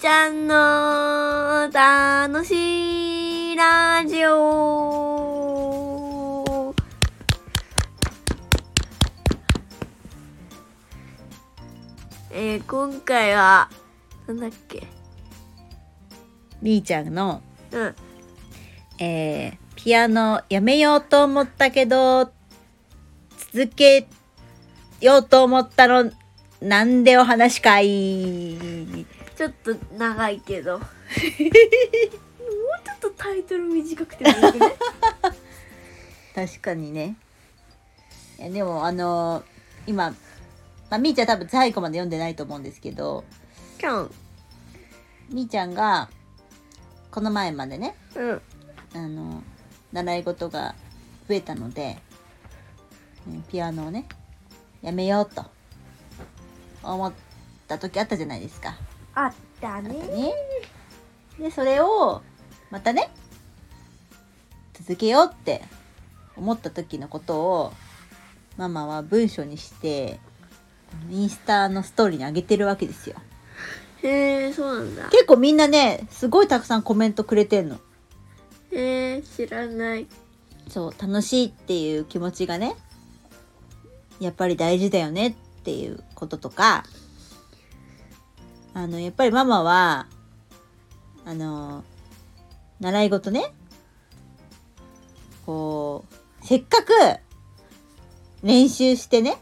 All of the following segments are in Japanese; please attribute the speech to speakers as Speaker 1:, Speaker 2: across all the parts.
Speaker 1: ちゃんの楽しいラジオえー、今回はなんだっけ
Speaker 2: みーちゃんの、
Speaker 1: うん
Speaker 2: えーピアノやめようと思ったけど続けようと思ったのなんでお話かい
Speaker 1: ちょっと長いけどもうちょっとタイトル短くてもいい よね
Speaker 2: 確かにねいやでもあのー今、まあ、みーちゃん多分最後まで読んでないと思うんですけど
Speaker 1: キャン
Speaker 2: みーちゃんがこの前までね
Speaker 1: うん
Speaker 2: あの習い事が増えたのでうんピアノをねやめようと思った時あったじゃないですか。
Speaker 1: あった
Speaker 2: あった
Speaker 1: ね
Speaker 2: ねでそれをまたね続けようって思った時のことをママは文章にしてインスタのストーリーに上げてるわけですよ。
Speaker 1: へえそうなんだ
Speaker 2: 結構みんなねすごいたくさんコメントくれてんの。
Speaker 1: へえ知らない
Speaker 2: そう楽しいっていう気持ちがねやっぱり大事だよねっていうこととかあのやっぱりママはあの習い事ねこうせっかく練習してね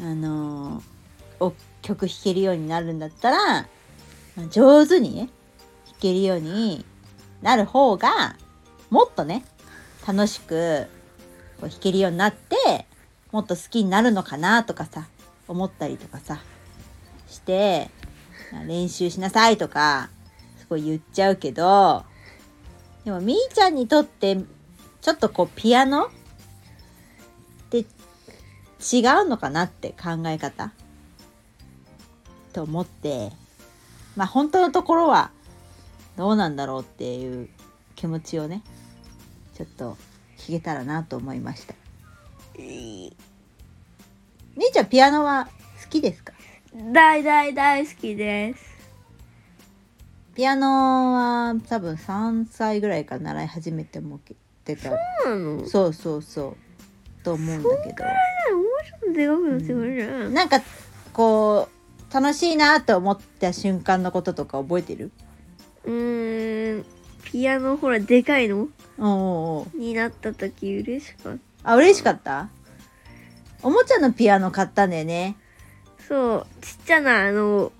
Speaker 2: あのお曲弾けるようになるんだったら上手にね弾けるようになる方がもっとね楽しくこう弾けるようになってもっと好きになるのかなとかさ思ったりとかさして練習しなさいとかすごい言っちゃうけどでもみーちゃんにとってちょっとこうピアノって違うのかなって考え方と思ってまあ本当のところはどうなんだろうっていう気持ちをねちょっと聞けたらなと思いましたみーちゃんピアノは好きですか
Speaker 1: 大大大好きです
Speaker 2: ピアノは多分3歳ぐらいから習い始めてもってた
Speaker 1: そうなの
Speaker 2: そうそうそうと思うんだけど
Speaker 1: もうちょっとでかくなってくるじゃん、
Speaker 2: なんかこう楽しいなと思った瞬間のこととか覚えてる
Speaker 1: うーんピアノほらでかいの
Speaker 2: おうおうおう
Speaker 1: になった時嬉しかっ
Speaker 2: あ嬉しかったおもちゃのピアノ買ったんだよね
Speaker 1: たそうちっちゃなあの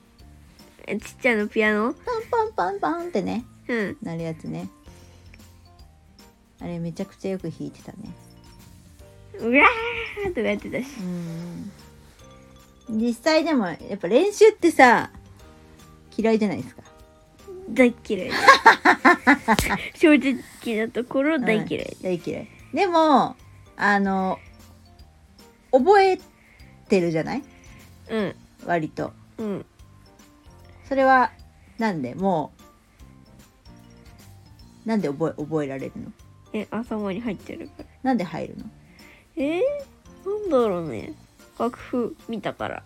Speaker 1: えちっちゃなピアノ
Speaker 2: パンパンパンパンってね
Speaker 1: うん
Speaker 2: なるやつねあれめちゃくちゃよく弾いてたね
Speaker 1: うわーとかやってたし
Speaker 2: うん実際でもやっぱ練習ってさ嫌いじゃないですか
Speaker 1: 大っ嫌いです正直なところ大嫌いです、
Speaker 2: うん大嫌いでもあの覚えてるじゃない
Speaker 1: うん
Speaker 2: 割と
Speaker 1: うん
Speaker 2: それはなんでもうなんで覚え覚えられるの
Speaker 1: え頭に入ってるから
Speaker 2: なんで入るの
Speaker 1: えー、なんだろうね楽譜見たから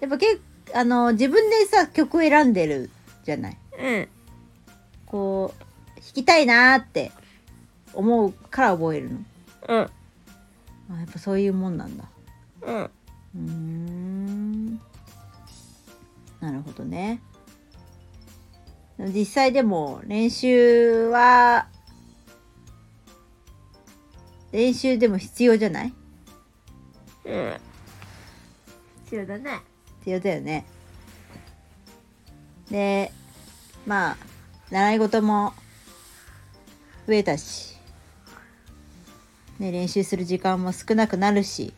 Speaker 2: やっぱけあの自分でさ曲選んでるじゃない
Speaker 1: うん
Speaker 2: こう弾きたいなーって思うから覚えるの
Speaker 1: うん
Speaker 2: あやっぱそういうもんなんだ
Speaker 1: うん
Speaker 2: うーんなるほどね実際でも練習は練習でも必要じゃない
Speaker 1: うん必要だね
Speaker 2: 必要だよねでまあ習い事も増えたし、ね、練習する時間も少なくなるし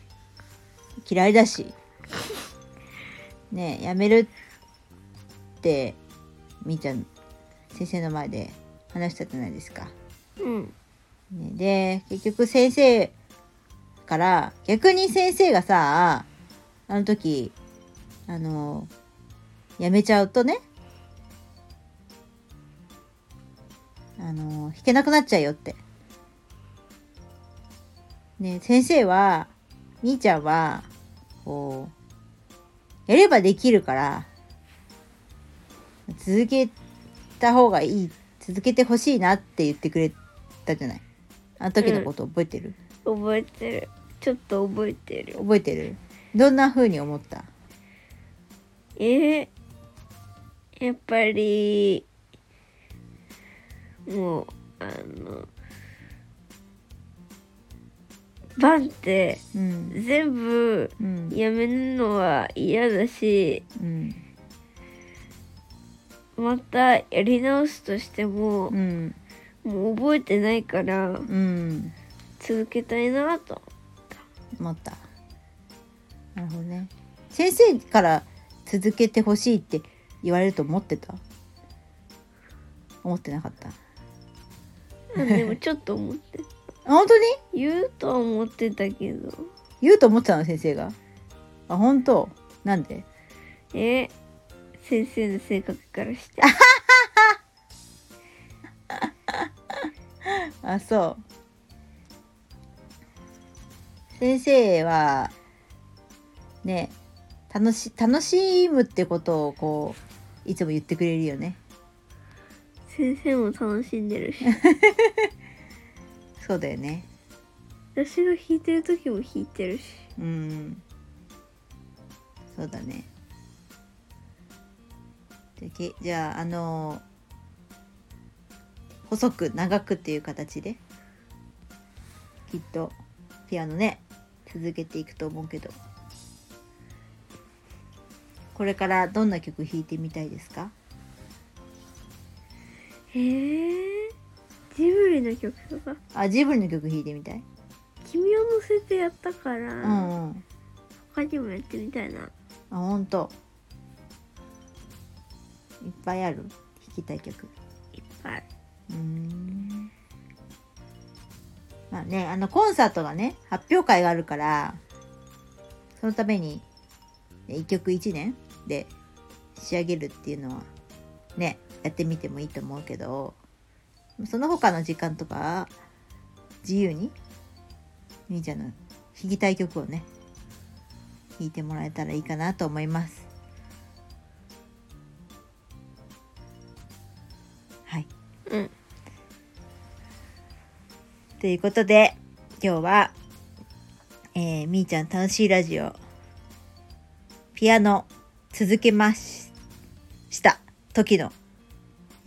Speaker 2: 嫌いだしねやめるってみーちゃん先生の前で話したじゃないですか。
Speaker 1: うん
Speaker 2: ね、で結局先生から逆に先生がさあの時あのやめちゃうとねあの弾けなくなっちゃうよって。ね先生はみーちゃんはこうやればできるから続けた方がいい続けてほしいなって言ってくれたじゃないあの時のこと覚えてる、
Speaker 1: 覚えてるちょっと覚えてる
Speaker 2: 覚えてるどんな風に思った
Speaker 1: えー、やっぱりもうあのバンって
Speaker 2: うん
Speaker 1: 全部
Speaker 2: うん
Speaker 1: やめるのは嫌だし
Speaker 2: うん
Speaker 1: またやり直すとしても
Speaker 2: う、ん
Speaker 1: もう覚えてないから
Speaker 2: うん
Speaker 1: 続けたいなと
Speaker 2: 思ったなるほどね先生から続けてほしいって言われると思ってた思ってなかった
Speaker 1: うんでもちょっと思って
Speaker 2: あ本当に
Speaker 1: 言うとは思ってたけど
Speaker 2: 言うと思ってたの先生があ本当なんで
Speaker 1: え先生の性格からして
Speaker 2: あそう先生はね楽し楽しむってことをこういつも言ってくれるよね
Speaker 1: 先生も楽しんで るし
Speaker 2: そうだよね
Speaker 1: 私が弾いてる時も弾いてるし
Speaker 2: うんそうだねでけじゃああの細く長くっていう形できっとピアノね続けていくと思うけどこれからどんな曲弾いてみたいですか
Speaker 1: えー、ジブリの曲とか
Speaker 2: あジブリの曲弾いてみたい
Speaker 1: 君を乗せてやったから、
Speaker 2: うんうん
Speaker 1: 他にもやってみたいな
Speaker 2: あほんといっぱいある弾きたい曲
Speaker 1: いっぱいう
Speaker 2: ーんまあね、あのコンサートがね、発表会があるから、そのために、ね一曲一年で仕上げるっていうのは、ね、やってみてもいいと思うけど、その他の時間とか、自由に、みーちゃんの弾きたい曲をね、弾いてもらえたらいいかなと思います。はい。
Speaker 1: うん
Speaker 2: ということで今日は、えーみーちゃん楽しいラジオピアノ続けましした時の、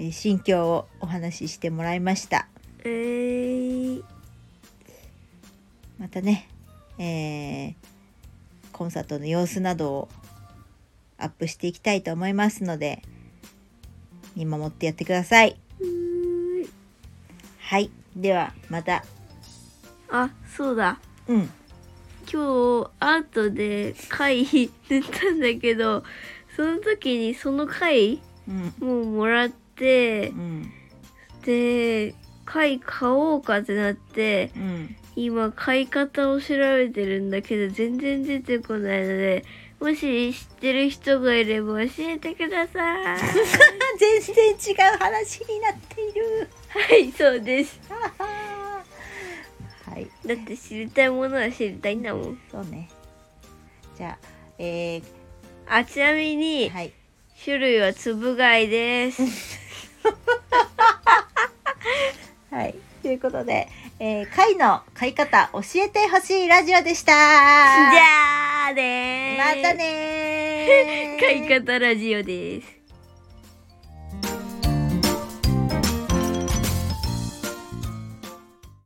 Speaker 2: えー心境をお話ししてもらいました
Speaker 1: えー、
Speaker 2: またね、えーコンサートの様子などをアップしていきたいと思いますので見守ってやってくださいう
Speaker 1: ーん
Speaker 2: はいではまた
Speaker 1: あそうだ
Speaker 2: うん
Speaker 1: 今日アートで貝塗ったんだけどその時にその貝
Speaker 2: うん
Speaker 1: もうもらって
Speaker 2: うん
Speaker 1: で貝買おうかってなって
Speaker 2: うん
Speaker 1: 今買い方を調べてるんだけど全然出てこないのでもし知ってる人がいれば教えてください
Speaker 2: 全然違う話になっている。
Speaker 1: はいそうです
Speaker 2: はい、
Speaker 1: だって知りたいものは知りたいんだもん
Speaker 2: そうね。じゃあ、え
Speaker 1: あちなみ
Speaker 2: ー、
Speaker 1: に
Speaker 2: はい、
Speaker 1: 種類は粒貝です
Speaker 2: はい、ということで、えー、貝の買い方教えてほしいラジオでした。じゃ
Speaker 1: じゃあねー
Speaker 2: またねー。
Speaker 1: 買い方ラジオです